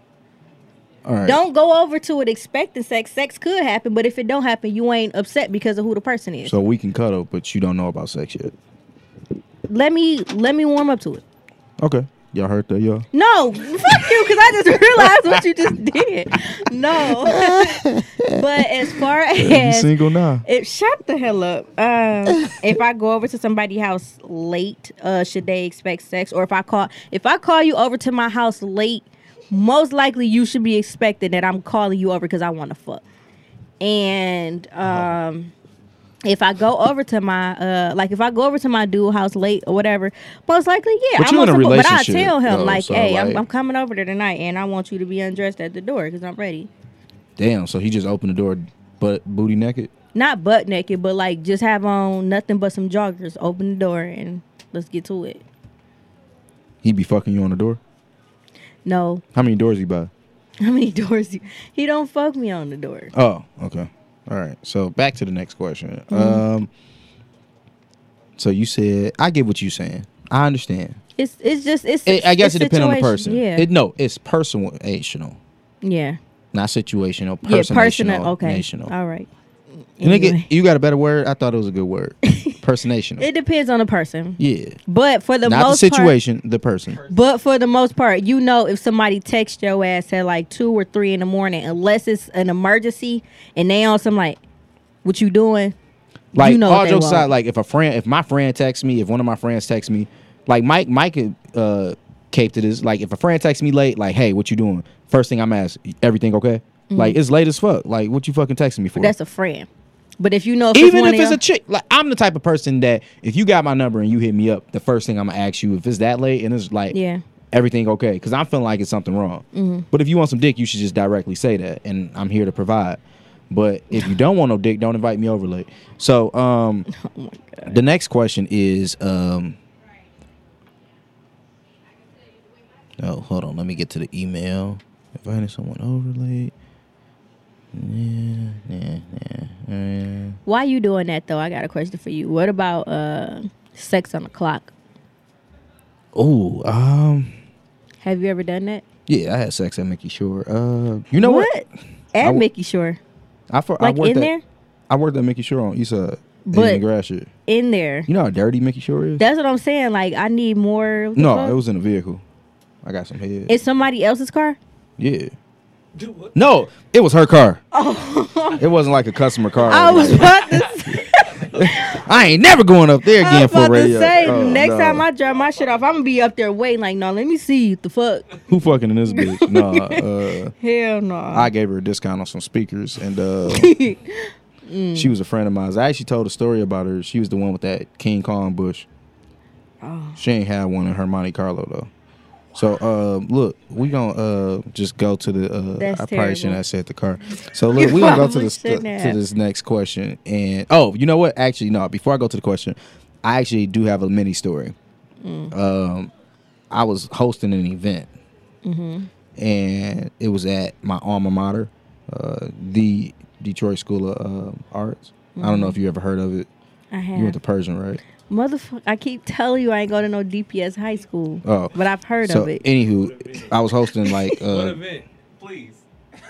Speaker 2: All right.
Speaker 1: Don't go over to it expecting sex. Sex could happen, but if it don't happen, you ain't upset because of who the person is.
Speaker 2: So we can cuddle, but you don't know about sex yet.
Speaker 1: let me let me warm up to it.
Speaker 2: Okay. Y'all heard that, y'all?
Speaker 1: No, fuck you, because I just realized what you just did. No, but as far
Speaker 2: You
Speaker 1: as
Speaker 2: single now?
Speaker 1: If shut the hell up. Um, if I go over to somebody's house late, uh, should they expect sex? Or if I call, if I call you over to my house late, most likely you should be expecting that I'm calling you over because I want to fuck. And um, if I go over to my, uh, like if I go over to my dude house late or whatever, most likely, yeah,
Speaker 2: But
Speaker 1: I'm
Speaker 2: you in a
Speaker 1: on some- But I
Speaker 2: relationship,
Speaker 1: tell him
Speaker 2: though,
Speaker 1: like,
Speaker 2: so,
Speaker 1: hey, I'm,
Speaker 2: like-
Speaker 1: I'm coming over there tonight, and I want you to be undressed at the door because I'm ready.
Speaker 2: Damn. So he just opened the door, but booty naked.
Speaker 1: not butt naked, but like just have on nothing but some joggers. Open the door and let's get to it.
Speaker 2: He be fucking you on the door.
Speaker 1: No,
Speaker 2: How many doors he buy?
Speaker 1: how many doors? You, he don't fuck me on the door.
Speaker 2: Oh, okay. All right. So back to the next question.
Speaker 1: Mm-hmm.
Speaker 2: Um. So you said I get what you saying. I understand.
Speaker 1: It's it's just it's.
Speaker 2: It, I guess it
Speaker 1: it's
Speaker 2: depends on the
Speaker 1: situation-
Speaker 2: person.
Speaker 1: Yeah,
Speaker 2: It, no, it's personational,
Speaker 1: yeah,
Speaker 2: not situational. Personational.
Speaker 1: yeah. Personal. Okay.
Speaker 2: National.
Speaker 1: All right.
Speaker 2: Nigga,
Speaker 1: Anyway.
Speaker 2: you got a better word? I thought it was a good word. Personational.
Speaker 1: It depends on the person,
Speaker 2: yeah.
Speaker 1: but for the
Speaker 2: Not the
Speaker 1: most part,
Speaker 2: situation, the person.
Speaker 1: But for the most part, you know if somebody texts your ass at like two or three in the morning, unless it's an emergency and they on some like, what you doing?
Speaker 2: Like
Speaker 1: you know what
Speaker 2: all
Speaker 1: they
Speaker 2: jokes
Speaker 1: want.
Speaker 2: aside, like if a friend, if my friend texts me, if one of my friends texts me, like Mike, Mike uh cape to this. Like if a friend texts me late, like hey, what you doing? First thing I'm asked, everything okay? Like it's late as fuck. Like what you fucking texting me for?
Speaker 1: Mm-hmm. That's a friend. But if you know, if
Speaker 2: even
Speaker 1: one
Speaker 2: if
Speaker 1: of
Speaker 2: it's a
Speaker 1: your-
Speaker 2: chick, like I'm the type of person that if you got my number and you hit me up, the first thing I'm gonna ask you if it's that late and it's like
Speaker 1: Yeah.
Speaker 2: everything okay because I'm feeling like it's something wrong. But if you want some dick, you should just directly say that, and I'm here to provide. But if you don't want no dick, don't invite me over late. So um, the next question is um, oh hold on, let me get to the email. Inviting someone over late. Yeah, yeah, yeah. yeah.
Speaker 1: Why you doing that though? I got a question for you. What about uh sex on the clock?
Speaker 2: Oh, um,
Speaker 1: Have you ever done that?
Speaker 2: yeah, I had sex at Mickey Shore. Uh, you know what?
Speaker 1: At
Speaker 2: w-
Speaker 1: Mickey Shore.
Speaker 2: I, for,
Speaker 1: Like
Speaker 2: I worked
Speaker 1: in
Speaker 2: at,
Speaker 1: there?
Speaker 2: I worked at Mickey Shore on Eastside.
Speaker 1: But-
Speaker 2: But grass shit.
Speaker 1: In there.
Speaker 2: You know how dirty Mickey Shore is?
Speaker 1: That's what I'm saying. Like I need more what the
Speaker 2: no,
Speaker 1: fuck?
Speaker 2: it was in a vehicle. I got some head.
Speaker 1: it's somebody else's car?
Speaker 2: yeah. No, it was her car. it wasn't like a customer car.
Speaker 1: Oh. I was about to say,
Speaker 2: I ain't never going up there
Speaker 1: I
Speaker 2: again
Speaker 1: was
Speaker 2: for
Speaker 1: about to
Speaker 2: radio.
Speaker 1: say
Speaker 2: Oh,
Speaker 1: next
Speaker 2: no.
Speaker 1: time I drop my shit off, I'm gonna be up there waiting like, no, let me see the fuck.
Speaker 2: who fucking in this bitch? no, uh,
Speaker 1: Hell no.
Speaker 2: I gave her a discount on some speakers, and uh, she was a friend of mine. I actually told a story about her. She was the one with that King Kong bush.
Speaker 1: oh.
Speaker 2: She ain't had one in her Monte Carlo though. So uh, look, we gonna uh, just go to the. Uh,
Speaker 1: That's
Speaker 2: I probably
Speaker 1: terrible.
Speaker 2: shouldn't have said the car. So look,
Speaker 1: You
Speaker 2: we gonna go to
Speaker 1: probably
Speaker 2: this
Speaker 1: shouldn't
Speaker 2: to
Speaker 1: have.
Speaker 2: this next question. And oh, you know what? Actually, no. Before I go to the question, I actually do have a mini story.
Speaker 1: Mm.
Speaker 2: Um, I was hosting an event,
Speaker 1: Mm-hmm.
Speaker 2: and it was at my alma mater, uh, the Detroit School of uh, Arts. I don't know
Speaker 1: Mm-hmm.
Speaker 2: if you ever heard of it.
Speaker 1: I
Speaker 2: You went
Speaker 1: have
Speaker 2: to Persian, right?
Speaker 1: motherfucker. I keep telling you I ain't going to no DPS high school,
Speaker 2: Oh.
Speaker 1: but I've heard
Speaker 2: so,
Speaker 1: of it.
Speaker 2: anywho, I was hosting like
Speaker 3: What
Speaker 2: uh,
Speaker 3: event? Please.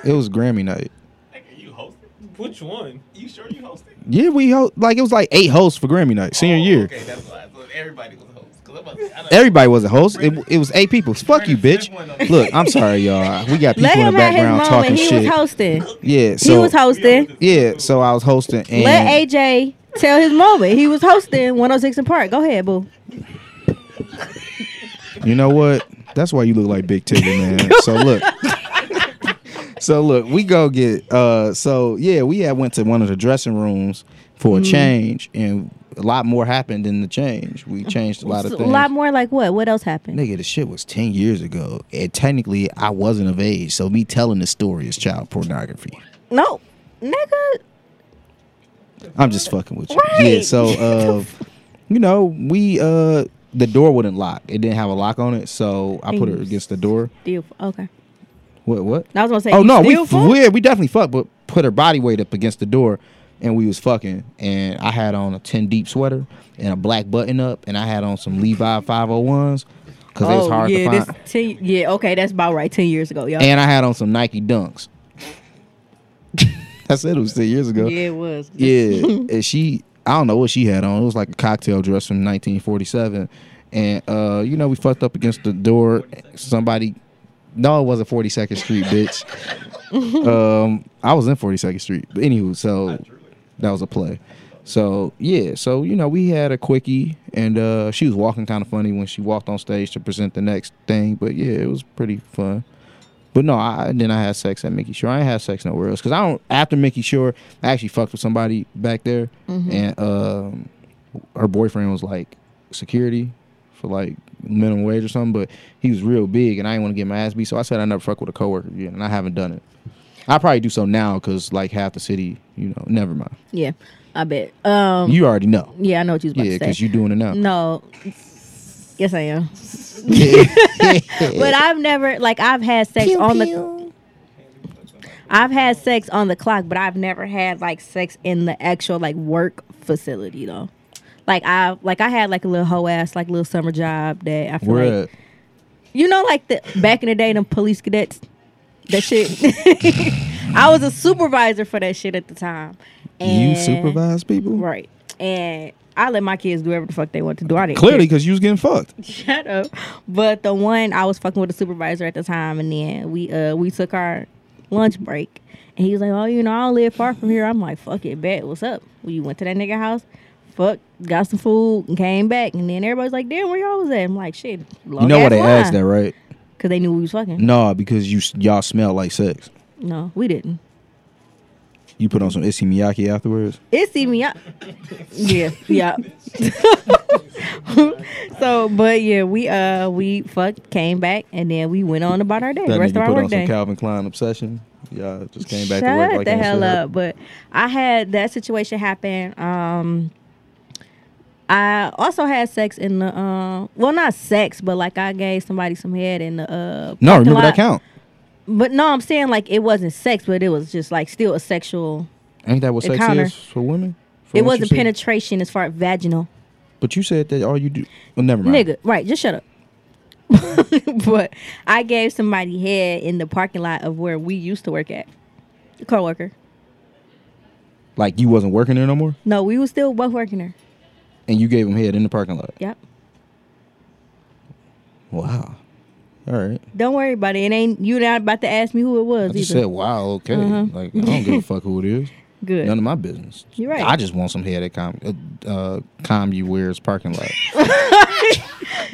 Speaker 2: it was Grammy night.
Speaker 3: Nigga, you hosted? Which one?
Speaker 4: You sure you hosted?
Speaker 2: Yeah, we ho- like it was like eight hosts for Grammy night senior
Speaker 4: Oh,
Speaker 2: year.
Speaker 4: Okay, that's why I thought everybody was host. 'Cause I'm about to- I know-
Speaker 2: Everybody was a host. It, it was eight people. Fuck you, bitch. Look, I'm sorry, y'all. We got people
Speaker 1: Let
Speaker 2: in the
Speaker 1: him have his
Speaker 2: background
Speaker 1: moment.
Speaker 2: talking
Speaker 1: He
Speaker 2: shit.
Speaker 1: was hosting.
Speaker 2: yeah, so
Speaker 1: he was hosting.
Speaker 2: yeah, so I was hosting. And
Speaker 1: Let AJ tell his moment. He was hosting 106 in Park. Go ahead, boo.
Speaker 2: You know what? That's why you look like Big Tigger, man. so look. so look, we go get uh so yeah, we had went to one of the dressing rooms for a
Speaker 1: Mm-hmm.
Speaker 2: change and a lot more happened in the change. We changed a lot of
Speaker 1: So,
Speaker 2: things.
Speaker 1: more like what? What else happened?
Speaker 2: Nigga, the shit was ten years ago. And technically I wasn't of age, so me telling the story is child pornography.
Speaker 1: No, nigga.
Speaker 2: I'm just fucking with you.
Speaker 1: Right.
Speaker 2: Yeah, so uh you know, we uh the door wouldn't lock. It didn't have a lock on it, so I put it
Speaker 1: Things.
Speaker 2: against the door.
Speaker 1: Deal. Okay.
Speaker 2: What what?
Speaker 1: I was gonna say.
Speaker 2: Oh
Speaker 1: you
Speaker 2: no, we
Speaker 1: still fuck?
Speaker 2: yeah, we definitely fucked, but put her body weight up against the door, and we was fucking. And I had on a ten deep sweater and a black button up, and I had on some Levi five hundred ones because it was
Speaker 1: Oh,
Speaker 2: hard
Speaker 1: yeah,
Speaker 2: to
Speaker 1: this
Speaker 2: find.
Speaker 1: 10 yeah, okay, that's about right. Ten years ago, y'all.
Speaker 2: And I had on some Nike Dunks. I said it was ten years ago.
Speaker 1: yeah, it was.
Speaker 2: Yeah, and she, I don't know what she had on. It was like a cocktail dress from 1947, and uh, you know we fucked up against the door. Somebody, no, it wasn't 42nd Street, bitch. um, I was in 42nd Street, but anywho, so that was a play. So yeah, so you know we had a quickie, and uh, she was walking kind of funny when she walked on stage to present the next thing. But yeah, it was pretty fun. But no, I and then I had sex at Mickey Shore. I ain't had sex nowhere else because I don't. After Mickey Shore, I actually fucked with somebody back there, and um, her boyfriend was like security for like minimum wage or something. But he was real big, and I didn't want to get my ass beat, so I said I never fuck with a coworker again, and I haven't done it. I probably do so now because like half the city, you know. Never mind.
Speaker 1: Yeah, I bet. Um,
Speaker 2: You already know.
Speaker 1: yeah, I know what you was about
Speaker 2: Yeah,
Speaker 1: to
Speaker 2: because
Speaker 1: say.
Speaker 2: you're doing it now.
Speaker 1: no. Yes, I am.
Speaker 2: but
Speaker 1: But I've never like I've had sex on the I've had sex on the clock, but I've never had like sex in the actual like work facility though. Like I like I had like a little hoe ass like little summer job that I feel
Speaker 2: We're
Speaker 1: like you know like the back in the day them police cadets that shit. I was a supervisor for that shit at the time.
Speaker 2: at- you
Speaker 1: And-
Speaker 2: supervise people
Speaker 1: right? And I let my kids do whatever the fuck they want to do. I didn't
Speaker 2: clearly because you was getting fucked.
Speaker 1: Shut up. But the one I was fucking with the supervisor at the time, and then we uh we took our lunch break, and he was like, "Oh, you know, I don't live far from here." I'm like, "Fuck it, bet. What's up?" We went to that nigga house, fuck, got some food, and came back, and then everybody's like, "Damn, where y'all was at?" I'm like, "Shit,
Speaker 2: You know why they asked that, Mm. right?
Speaker 1: Because they knew we was fucking.
Speaker 2: No, because you y'all smell like sex.
Speaker 1: No, we didn't.
Speaker 2: You put on some Issey Miyake afterwards.
Speaker 1: It see me up. yeah, yeah. so, but yeah, we uh we fucked, came back, and then we went on about our day.
Speaker 2: That
Speaker 1: rest of
Speaker 2: nigga
Speaker 1: our
Speaker 2: put
Speaker 1: work
Speaker 2: on
Speaker 1: day.
Speaker 2: some Calvin Klein obsession. Y'all just came back
Speaker 1: Shut
Speaker 2: to work like
Speaker 1: the
Speaker 2: ain't
Speaker 1: hell
Speaker 2: shit
Speaker 1: up.
Speaker 2: happened.
Speaker 1: But I had that situation happen. Um, I also had sex in the um, well, not sex, but like I gave somebody some head in the uh.
Speaker 2: No,
Speaker 1: parking
Speaker 2: remember
Speaker 1: lot.
Speaker 2: that count?
Speaker 1: But no, I'm saying like it wasn't sex, but it was just like still a sexual.
Speaker 2: Ain't that what
Speaker 1: It
Speaker 2: sex
Speaker 1: counter.
Speaker 2: is for women? From
Speaker 1: It
Speaker 2: what you
Speaker 1: wasn't
Speaker 2: said?
Speaker 1: penetration as far as vaginal.
Speaker 2: But you said that all you do. Well, never mind.
Speaker 1: Nigga, right, just shut up. but I gave somebody head in the parking lot of where we used to work at. A coworker.
Speaker 2: Like you wasn't working there no more,
Speaker 1: No, we was still both working there.
Speaker 2: and you gave him head in the parking lot.
Speaker 1: Yep.
Speaker 2: Wow. All right.
Speaker 1: Don't worry about it. It ain't you not about to ask me who it was
Speaker 2: I just
Speaker 1: either. Uh-huh.
Speaker 2: said wow. Okay. Like I don't give a fuck who it is.
Speaker 1: Good.
Speaker 2: None of my business.
Speaker 1: You're right.
Speaker 2: I just want some head at com uh, uh, com you wears parking lot.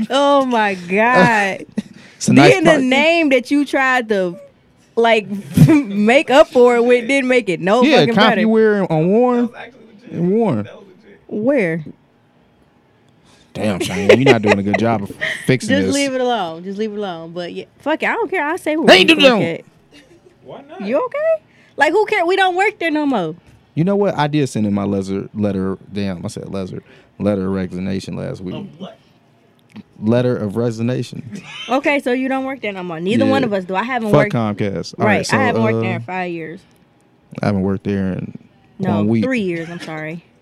Speaker 1: Oh my God.
Speaker 2: It's a nice
Speaker 1: Then the
Speaker 2: park-
Speaker 1: name that you tried to like make up for it with didn't make it no
Speaker 2: Yeah,
Speaker 1: fucking
Speaker 2: comp
Speaker 1: better.
Speaker 2: you wear on
Speaker 4: That
Speaker 2: Warren
Speaker 4: was actually legit.
Speaker 2: and Warren.
Speaker 4: That was legit.
Speaker 1: Where?
Speaker 2: Damn, Shane, you're not doing a good job of fixing
Speaker 1: Just
Speaker 2: this.
Speaker 1: leave it alone. Just leave it alone. But yeah, fuck it. I don't care. I say
Speaker 2: They
Speaker 1: we're
Speaker 2: ain't do nothing.
Speaker 4: Why not?
Speaker 1: You okay? Like who care? We don't work there no more.
Speaker 2: You know what? I did send in my letter, letter damn, I said letter, letter of resignation last
Speaker 1: Oh.
Speaker 2: week.
Speaker 4: What?
Speaker 2: Letter of resignation.
Speaker 1: Okay, so you don't work there no more. Neither
Speaker 2: Yeah.
Speaker 1: one of us do. I haven't
Speaker 2: Fuck
Speaker 1: worked.
Speaker 2: Comcast. All
Speaker 1: right,
Speaker 2: so,
Speaker 1: I haven't worked
Speaker 2: uh,
Speaker 1: there in five years.
Speaker 2: I haven't worked there in
Speaker 1: No,
Speaker 2: one week.
Speaker 1: three years. I'm sorry.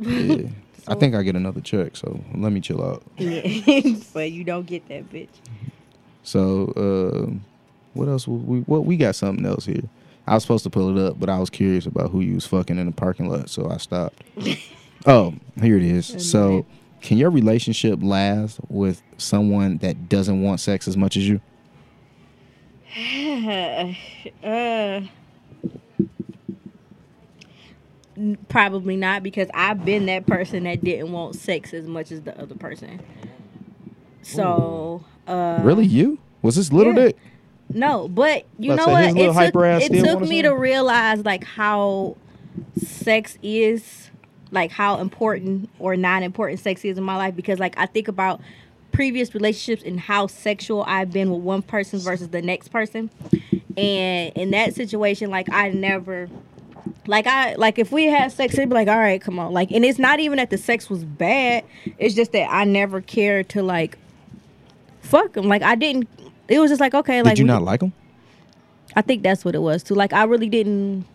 Speaker 2: Yeah. I think I get another check, so let me chill out.
Speaker 1: Yeah, but you don't get that bitch.
Speaker 2: So, uh, what else? We, what we got something else here? I was supposed to pull it up, but I was curious about who you was fucking in the parking lot, so I stopped. oh, here it is. So, can your relationship last with someone that doesn't want sex as much as you?
Speaker 1: uh, n- probably not because I've been that person that didn't want sex as much as the other person. So uh,
Speaker 2: really, you? Was this little
Speaker 1: yeah.
Speaker 2: dick?
Speaker 1: no, but you
Speaker 2: About
Speaker 1: know
Speaker 2: to say, his
Speaker 1: what?
Speaker 2: little
Speaker 1: It
Speaker 2: hyper ass
Speaker 1: took, it
Speaker 2: still
Speaker 1: took
Speaker 2: wanna
Speaker 1: me
Speaker 2: say?
Speaker 1: to realize like how sex is, like how important or not important sex is in my life because like I think about previous relationships and how sexual I've been with one person versus the next person, and in that situation, like I never. Like I like if we had sex, it'd be like, all right, come on. Like, and it's not even that the sex was bad. It's just that I never cared to like fuck him. Like I didn't. It was just like okay, like
Speaker 2: Did you
Speaker 1: we-
Speaker 2: not like him?
Speaker 1: I think that's what it was too. Like I really didn't.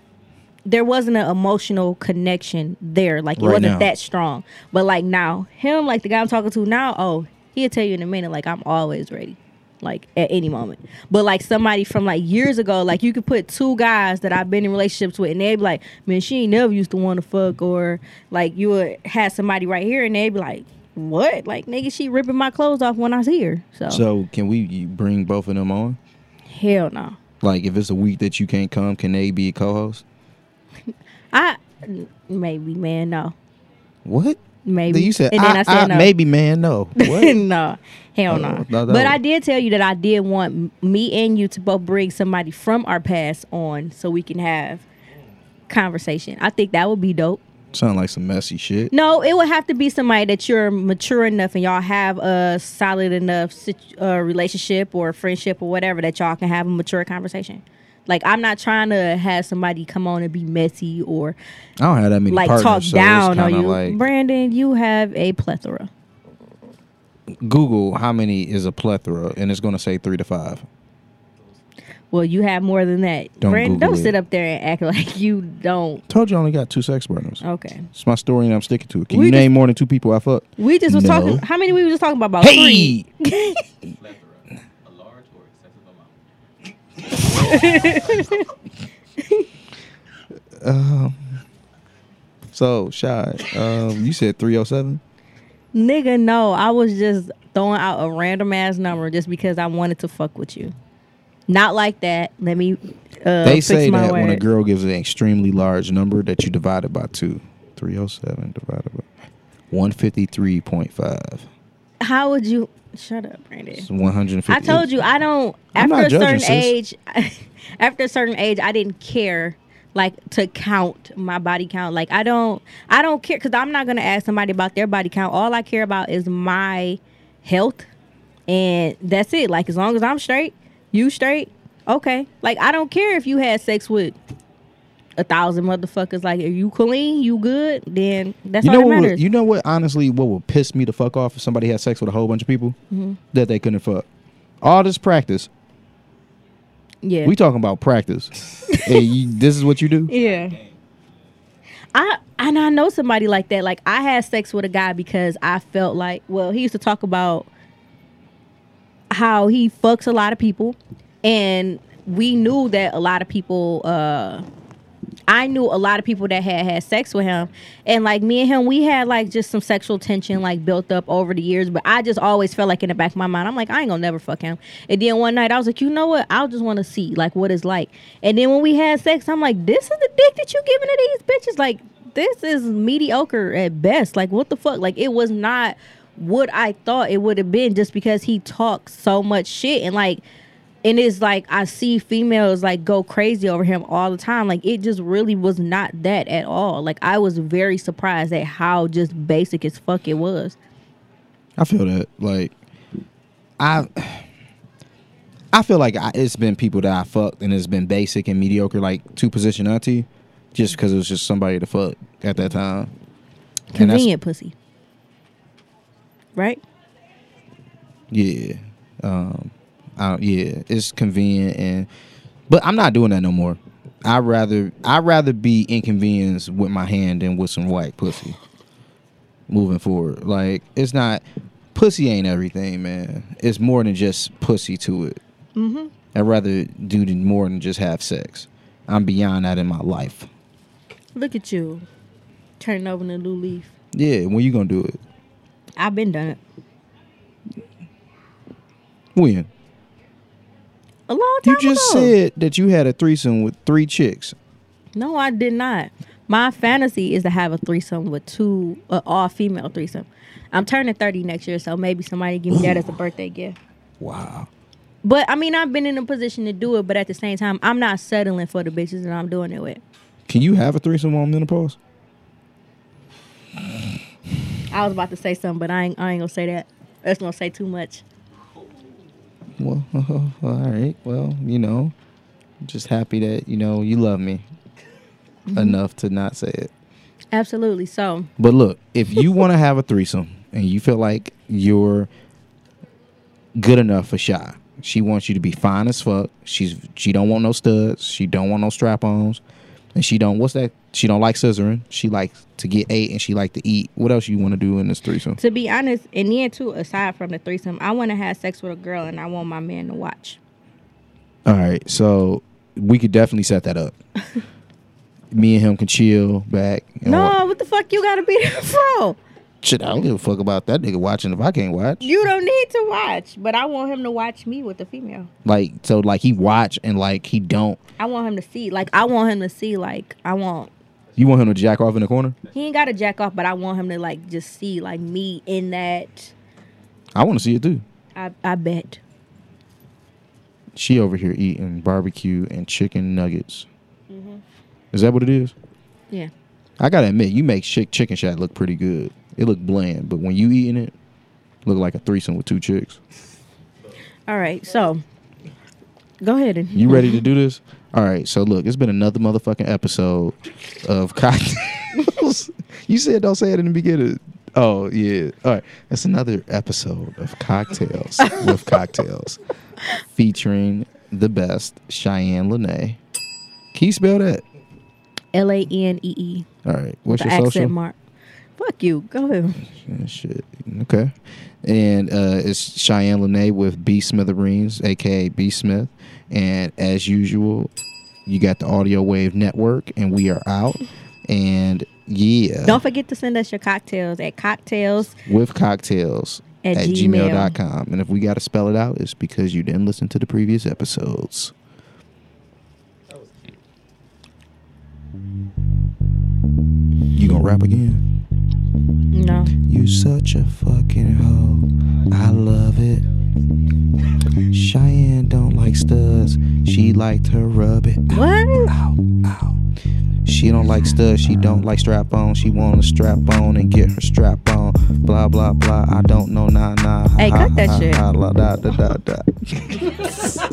Speaker 1: There wasn't an emotional connection there. Like it
Speaker 2: Right
Speaker 1: wasn't
Speaker 2: now.
Speaker 1: that strong. But like now, him, like the guy I'm talking to now, oh, he'll tell you in a minute. Like I'm always ready. Like at any moment. But like somebody from like years ago, like you could put two guys that I've been in relationships with, and they'd be like, man, she ain't never used to want to fuck, or like you would have somebody right here, and they'd be like, what? Like nigga, she ripping my clothes off when I was here. So,
Speaker 2: So, can we bring both of them on?
Speaker 1: hell no.
Speaker 2: Like, if it's a week that you can't come, can they be a co-host?
Speaker 1: I n- maybe man, no,
Speaker 2: What?
Speaker 1: maybe.
Speaker 2: You said
Speaker 1: and then I,
Speaker 2: I,
Speaker 1: said
Speaker 2: I-
Speaker 1: no.
Speaker 2: maybe, man. No. What?
Speaker 1: no, hell no.
Speaker 2: Oh, no, that
Speaker 1: but
Speaker 2: was-
Speaker 1: I did tell you that I did want m- me and you to both bring somebody from our past on so we can have conversation. I think that would be dope.
Speaker 2: Sound like some messy shit.
Speaker 1: No, it would have to be somebody that you're mature enough and y'all have a solid enough sit- uh, relationship or friendship or whatever that y'all can have a mature conversation. Like I'm not trying to have somebody come on and be messy or
Speaker 2: I don't have that many
Speaker 1: like
Speaker 2: partners,
Speaker 1: talk
Speaker 2: so
Speaker 1: down
Speaker 2: it's
Speaker 1: on
Speaker 2: kinda
Speaker 1: you.
Speaker 2: Like,
Speaker 1: Brandon, you have a plethora.
Speaker 2: Google how many is a plethora, and it's going to say three to five.
Speaker 1: Well, you have more than that.
Speaker 2: Don't
Speaker 1: Brandon,
Speaker 2: Google
Speaker 1: don't sit
Speaker 2: it.
Speaker 1: up there and act like you don't.
Speaker 2: Told you I only got two sex partners.
Speaker 1: Okay.
Speaker 2: It's my story, and I'm sticking to it. Can
Speaker 1: Oh. We
Speaker 2: you
Speaker 1: just-
Speaker 2: name more than two people I fuck?
Speaker 1: We just was
Speaker 2: No.
Speaker 1: talking. How many we were just talking about? About three.
Speaker 2: Hey,
Speaker 4: plethora, a large or excessive amount.
Speaker 2: so shy. Um, you said three oh seven.
Speaker 1: Nigga, no. I was just throwing out a random ass number just because I wanted to fuck with you. Not like that. Let me. Uh,
Speaker 2: They
Speaker 1: fix
Speaker 2: say
Speaker 1: my
Speaker 2: that when a
Speaker 1: words.
Speaker 2: girl gives an extremely large number, that you divide it by two. Three oh seven divided by one fifty three point five.
Speaker 1: How would you? Shut up, Brandon.
Speaker 2: It's one hundred fifty.
Speaker 1: I told you I don't.
Speaker 2: I'm
Speaker 1: After
Speaker 2: not
Speaker 1: a certain
Speaker 2: judging,
Speaker 1: age, after a certain age, I didn't care like to count my body count. Like I don't, I don't care because I'm not gonna ask somebody about their body count. All I care about is my health, and that's it. Like as long as I'm straight, you straight, okay. Like I don't care if you had sex with a thousand motherfuckers. Like if you clean, you good, then that's
Speaker 2: You
Speaker 1: all
Speaker 2: know
Speaker 1: that
Speaker 2: what?
Speaker 1: matters.
Speaker 2: Would, you know what? Honestly, what would piss me the fuck off if somebody had sex with a whole bunch of people
Speaker 1: Mm-hmm.
Speaker 2: that they couldn't fuck. All this practice.
Speaker 1: yeah,
Speaker 2: We talking about practice. and you, this is what you do.
Speaker 1: Yeah. I and I know somebody like that. Like I had sex with a guy because I felt like well, he used to talk about how he fucks a lot of people and we knew that a lot of people uh I knew a lot of people that had had sex with him, and like me and him, we had like just some sexual tension like built up over the years. But I just always felt like in the back of my mind, I'm like, I ain't gonna never fuck him. And then one night, I was like, you know what? I just want to see like what it's like. And then when we had sex, I'm like, this is the dick that you giving to these bitches. Like this is mediocre at best. Like what the fuck? Like it was not what I thought it would have been just because he talks so much shit and like and it's like I see females like go crazy over him all the time. Like it just really was not that at all. Like I was very surprised at how just basic as fuck it was.
Speaker 2: I feel that. Like, I. I feel like I, it's been people that I fucked and it's been basic and mediocre, like two position auntie, just because it was just somebody to fuck at that time. And that's-
Speaker 1: Convenient pussy, right?
Speaker 2: Yeah. Um I, yeah, it's convenient and but I'm not doing that no more. I rather I rather be inconvenienced with my hand than with some white pussy. Moving forward. Like it's not pussy ain't everything, man. It's more than just pussy to it. Mm-hmm. I'd rather do the- more than just have sex. I'm beyond that in my life.
Speaker 1: Look at you, turning over the new leaf.
Speaker 2: Yeah, when you gonna do it?
Speaker 1: I've been done it
Speaker 2: When?
Speaker 1: a long time
Speaker 2: You just
Speaker 1: ago.
Speaker 2: said that you had a threesome with three chicks.
Speaker 1: No, I did not. My fantasy is to have a threesome with two uh, all female threesome. I'm turning 30 next year, so maybe somebody give me that as a birthday gift.
Speaker 2: Wow.
Speaker 1: But I mean, I've been in a position to do it, but at the same time, I'm not settling for the bitches that I'm doing it with.
Speaker 2: Can you have a threesome on menopause?
Speaker 1: I was about to say something, but I ain't, I ain't gonna say that. That's gonna say too much.
Speaker 2: Well, all right. Well, you know, just happy that you know you love me enough to not say it.
Speaker 1: Absolutely. So,
Speaker 2: But look, if you want to have a threesome and you feel like you're good enough for Shy, she wants you to be fine as fuck. She's she don't want no studs. She don't want no strap-ons, and she don't what's that? She don't like scissoring. She likes to get ate and she like to eat. What else you want to do in this threesome?
Speaker 1: to be honest, and then too, aside from the threesome, I want to have sex with a girl, and I want my man to watch.
Speaker 2: All right, so we could definitely set that up. Me and him can chill back. And
Speaker 1: No, what the fuck you gotta be there for?
Speaker 2: shit, I don't give a fuck about that nigga watching if I can't watch.
Speaker 1: You don't need to watch, but I want him to watch me with the female.
Speaker 2: Like so, like he watch and like he don't.
Speaker 1: I want him to see, like, I want him to see, like, I want.
Speaker 2: You want him to jack off in the corner?
Speaker 1: He ain't got to jack off, but I want him to like just see like me in that.
Speaker 2: I want to see it too.
Speaker 1: I I bet.
Speaker 2: She over here eating barbecue and chicken nuggets. Is that what it is?
Speaker 1: Yeah.
Speaker 2: I gotta admit, you make chick chicken shot look pretty good. It look bland, but when you eating it, look like a threesome with two chicks.
Speaker 1: All right. So, go ahead and
Speaker 2: You ready to do this? All right. So look, it's been another motherfucking episode of cocktails. you said don't say it in the beginning. Oh yeah. All right. That's another episode of cocktails with cocktails, featuring the best Cheyenne Lene. Can you spell that?
Speaker 1: L A N E E.
Speaker 2: All right. What's
Speaker 1: The
Speaker 2: your
Speaker 1: accent
Speaker 2: social?
Speaker 1: mark. Fuck you. Go ahead.
Speaker 2: Yeah, Shit. Okay. And uh, it's Cheyenne Lene with B Smithereens, aka B Smith. And as usual, you got the Audio Wave Network, and we are out. And yeah,
Speaker 1: Don't forget to send us your cocktails at cocktails.
Speaker 2: with cocktails
Speaker 1: At
Speaker 2: at,
Speaker 1: gmail.
Speaker 2: gmail.com. And if we got to spell it out, it's because you didn't listen to the previous episodes.
Speaker 4: That was cute.
Speaker 2: You gonna rap again?
Speaker 1: No.
Speaker 2: You such a fucking hoe. I love it. Cheyenne don't like studs. She liked her rub it.
Speaker 1: What?
Speaker 2: Ow, ow. She don't like studs, she don't like strap on. She wanna strap on and get her strap on. Blah blah blah. I don't know nah nah.
Speaker 1: Hey, cut that shit.
Speaker 2: shit.